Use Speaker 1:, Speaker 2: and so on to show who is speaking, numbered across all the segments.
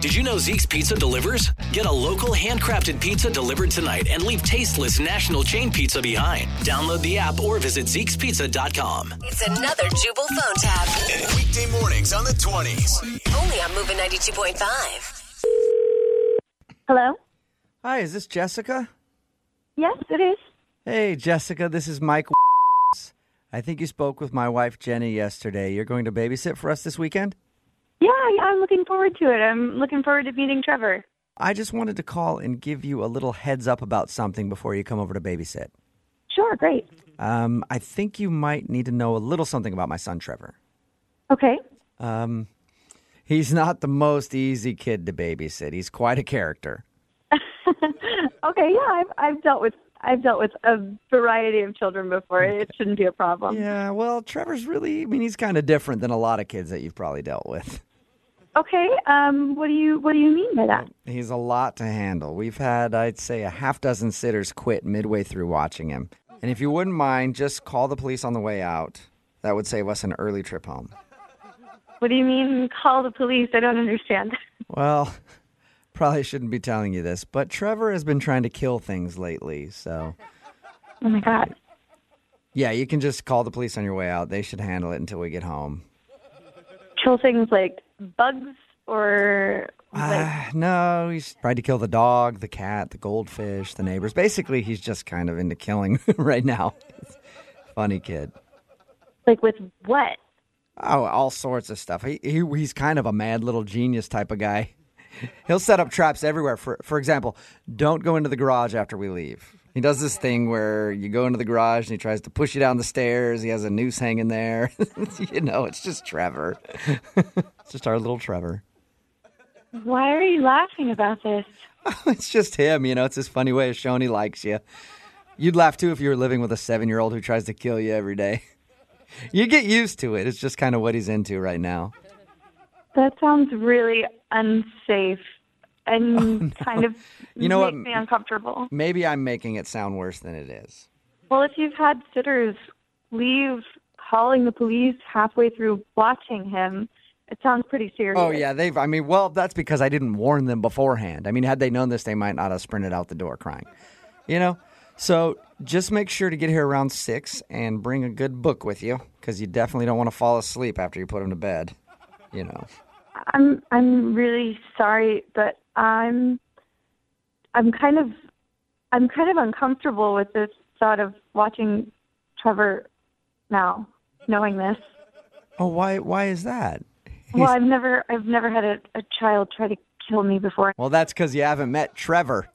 Speaker 1: Did you know Zeke's Pizza delivers? Get a local handcrafted pizza delivered tonight and leave tasteless national chain pizza behind. Download the app or visit Zeke'sPizza.com.
Speaker 2: It's another Jubal phone tab.
Speaker 3: Weekday mornings on the 20s.
Speaker 2: Only on Moving 92.5.
Speaker 4: Hello?
Speaker 5: Hi, is this Jessica?
Speaker 4: Yes, it is.
Speaker 5: Hey, Jessica, this is Mike. I think you spoke with my wife Jenny yesterday. You're going to babysit for us this weekend?
Speaker 4: Yeah, yeah, I'm looking forward to it. I'm looking forward to meeting Trevor.
Speaker 5: I just wanted to call and give you a little heads up about something before you come over to babysit.
Speaker 4: Sure, great.
Speaker 5: Um, I think you might need to know a little something about my son Trevor.
Speaker 4: Okay.
Speaker 5: He's not the most easy kid to babysit. He's quite a character.
Speaker 4: Okay, yeah, I've I've dealt with I've dealt with a variety of children before. It shouldn't be a problem.
Speaker 5: Yeah, well, Trevor's really, I mean, he's kind of different than a lot of kids that you've probably dealt with.
Speaker 4: Okay, um what do you what do you mean by that?
Speaker 5: He's a lot to handle. We've had, I'd say, a half dozen sitters quit midway through watching him. And if you wouldn't mind, just call the police on the way out. That would save us an early trip home.
Speaker 4: What do you mean call the police? I don't understand.
Speaker 5: Well, probably shouldn't be telling you this, but Trevor has been trying to kill things lately. So,
Speaker 4: Oh my god.
Speaker 5: yeah, you can just call the police on your way out. They should handle it until we get home.
Speaker 4: Kill things like bugs or like
Speaker 5: Ah, no, he's tried to kill the dog, the cat, the goldfish, the neighbors. Basically, he's just kind of into killing right now. Funny kid.
Speaker 4: like with what?
Speaker 5: Oh, all sorts of stuff. He, he he's kind of a mad little genius type of guy. He'll set up traps everywhere. For for example, don't go into the garage after we leave. He does this thing where you go into the garage and he tries to push you down the stairs. He has a noose hanging there. you know, it's just Trevor. it's just our little Trevor.
Speaker 4: Why are you laughing about this?
Speaker 5: It's just him, you know. It's his funny way of showing he likes you. You'd laugh too if you were living with a seven-year-old who tries to kill you every day. You get used to it. It's just kind of what he's into right now.
Speaker 4: That sounds really unsafe and kind of
Speaker 5: Oh, You know what?
Speaker 4: makes me uncomfortable.
Speaker 5: Maybe I'm making it sound worse than it is.
Speaker 4: Well, if you've had sitters leave calling the police halfway through watching him, it sounds pretty serious.
Speaker 5: Oh yeah, they've. I mean, well, that's because I didn't warn them beforehand. I mean, had they known this, they might not have sprinted out the door crying. You know, so just make sure to get here around six and bring a good book with you because you definitely don't want to fall asleep after you put him to bed. You know.
Speaker 4: I'm I'm really sorry, but I'm I'm kind of I'm kind of uncomfortable with this thought of watching Trevor now, knowing this.
Speaker 5: Oh, why? Why is that?
Speaker 4: Well, I've never I've never had a, a child try to kill me before.
Speaker 5: Well, that's because you haven't met Trevor.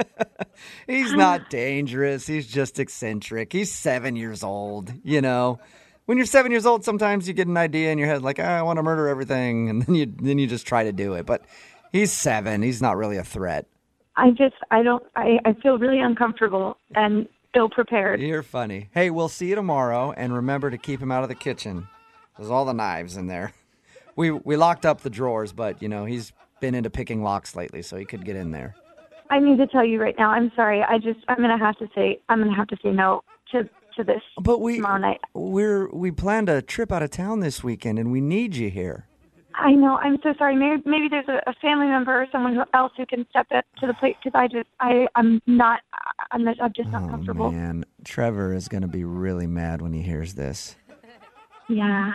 Speaker 5: he's not dangerous. He's just eccentric. He's seven years old, you know. When you're seven years old, sometimes you get an idea in your head like, I want to murder everything, and then you then you just try to do it. But he's seven. He's not really a threat.
Speaker 4: I just I don't I, I feel really uncomfortable and ill prepared.
Speaker 5: You're funny. Hey, we'll see you tomorrow, and remember to keep him out of the kitchen. There's all the knives in there. We we locked up the drawers, but you know he's been into picking locks lately, so he could get in there.
Speaker 4: I need to tell you right now. I'm sorry. I just I'm gonna have to say I'm gonna have to say no to to this.
Speaker 5: But we
Speaker 4: tomorrow night.
Speaker 5: We're we planned a trip out of town this weekend, and we need you here.
Speaker 4: I know. I'm so sorry. Maybe maybe there's a, a family member or someone who, else who can step up to the plate because I just I I'm not I'm not, I'm just not comfortable.
Speaker 5: Oh, Man, Trevor is going to be really mad when he hears this.
Speaker 4: Yeah.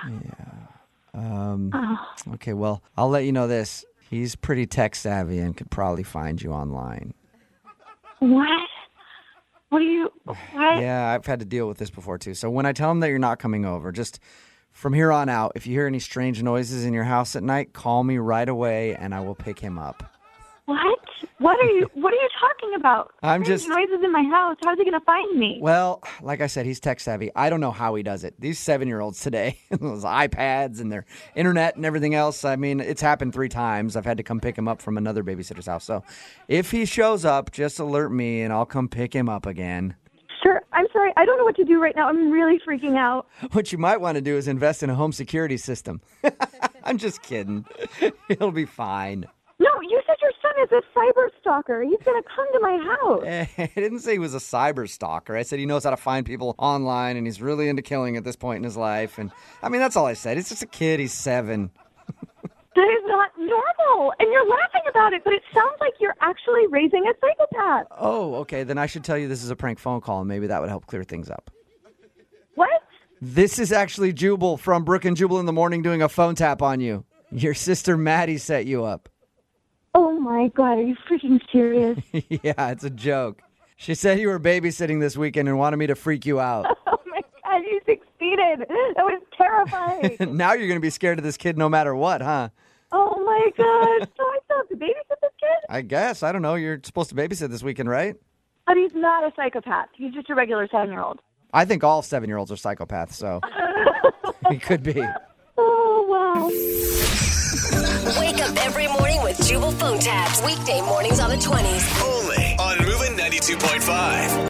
Speaker 5: Okay, well, I'll let you know this. He's pretty tech savvy and could probably find you online.
Speaker 4: What? What do you? What?
Speaker 5: Yeah, I've had to deal with this before too. So when I tell him that you're not coming over, just from here on out, if you hear any strange noises in your house at night, call me right away and I will pick him up.
Speaker 4: What? What are you? What are you talking about?
Speaker 5: I'm
Speaker 4: There's
Speaker 5: just-
Speaker 4: noises in my house. How's he gonna find me?
Speaker 5: Well, like I said, he's tech savvy. I don't know how he does it. These seven year olds today, those iPads and their internet and everything else. I mean, it's happened three times. I've had to come pick him up from another babysitter's house. So if he shows up, just alert me and I'll come pick him up again.
Speaker 4: Sure. I'm sorry. I don't know what to do right now. I'm really freaking out.
Speaker 5: What you might want to do is invest in a home security system. I'm just kidding. He'll be fine.
Speaker 4: No, you said your son is a cyber stalker. He's gonna come to my house.
Speaker 5: I didn't say he was a cyber stalker. I said he knows how to find people online and he's really into killing at this point in his life. And I mean, that's all I said. He's just a kid. He's seven.
Speaker 4: That is not normal. And you're laughing about it, but it sounds like you're actually raising a psychopath.
Speaker 5: Oh, okay. Then I should tell you this is a prank phone call, and maybe that would help clear things up.
Speaker 4: What?
Speaker 5: This is actually Jubal from Brook and Jubal in the Morning doing a phone tap on you. Your sister Maddie set you up.
Speaker 4: Oh my God, are you freaking serious?
Speaker 5: yeah, it's a joke. She said you were babysitting this weekend and wanted me to freak you out.
Speaker 4: oh my God, you succeeded. That was terrifying.
Speaker 5: now you're going to be scared of this kid no matter what, huh?
Speaker 4: oh my God. So I still have to babysit this kid?
Speaker 5: I guess. I don't know. You're supposed to babysit this weekend, right?
Speaker 4: But he's not a psychopath. He's just a regular seven year old.
Speaker 5: I think all seven year olds are psychopaths, so he could be.
Speaker 4: Oh, wow.
Speaker 2: Wake up every morning with Jubal phone tabs. Weekday mornings on the 20s.
Speaker 3: Only on Moving 92.5.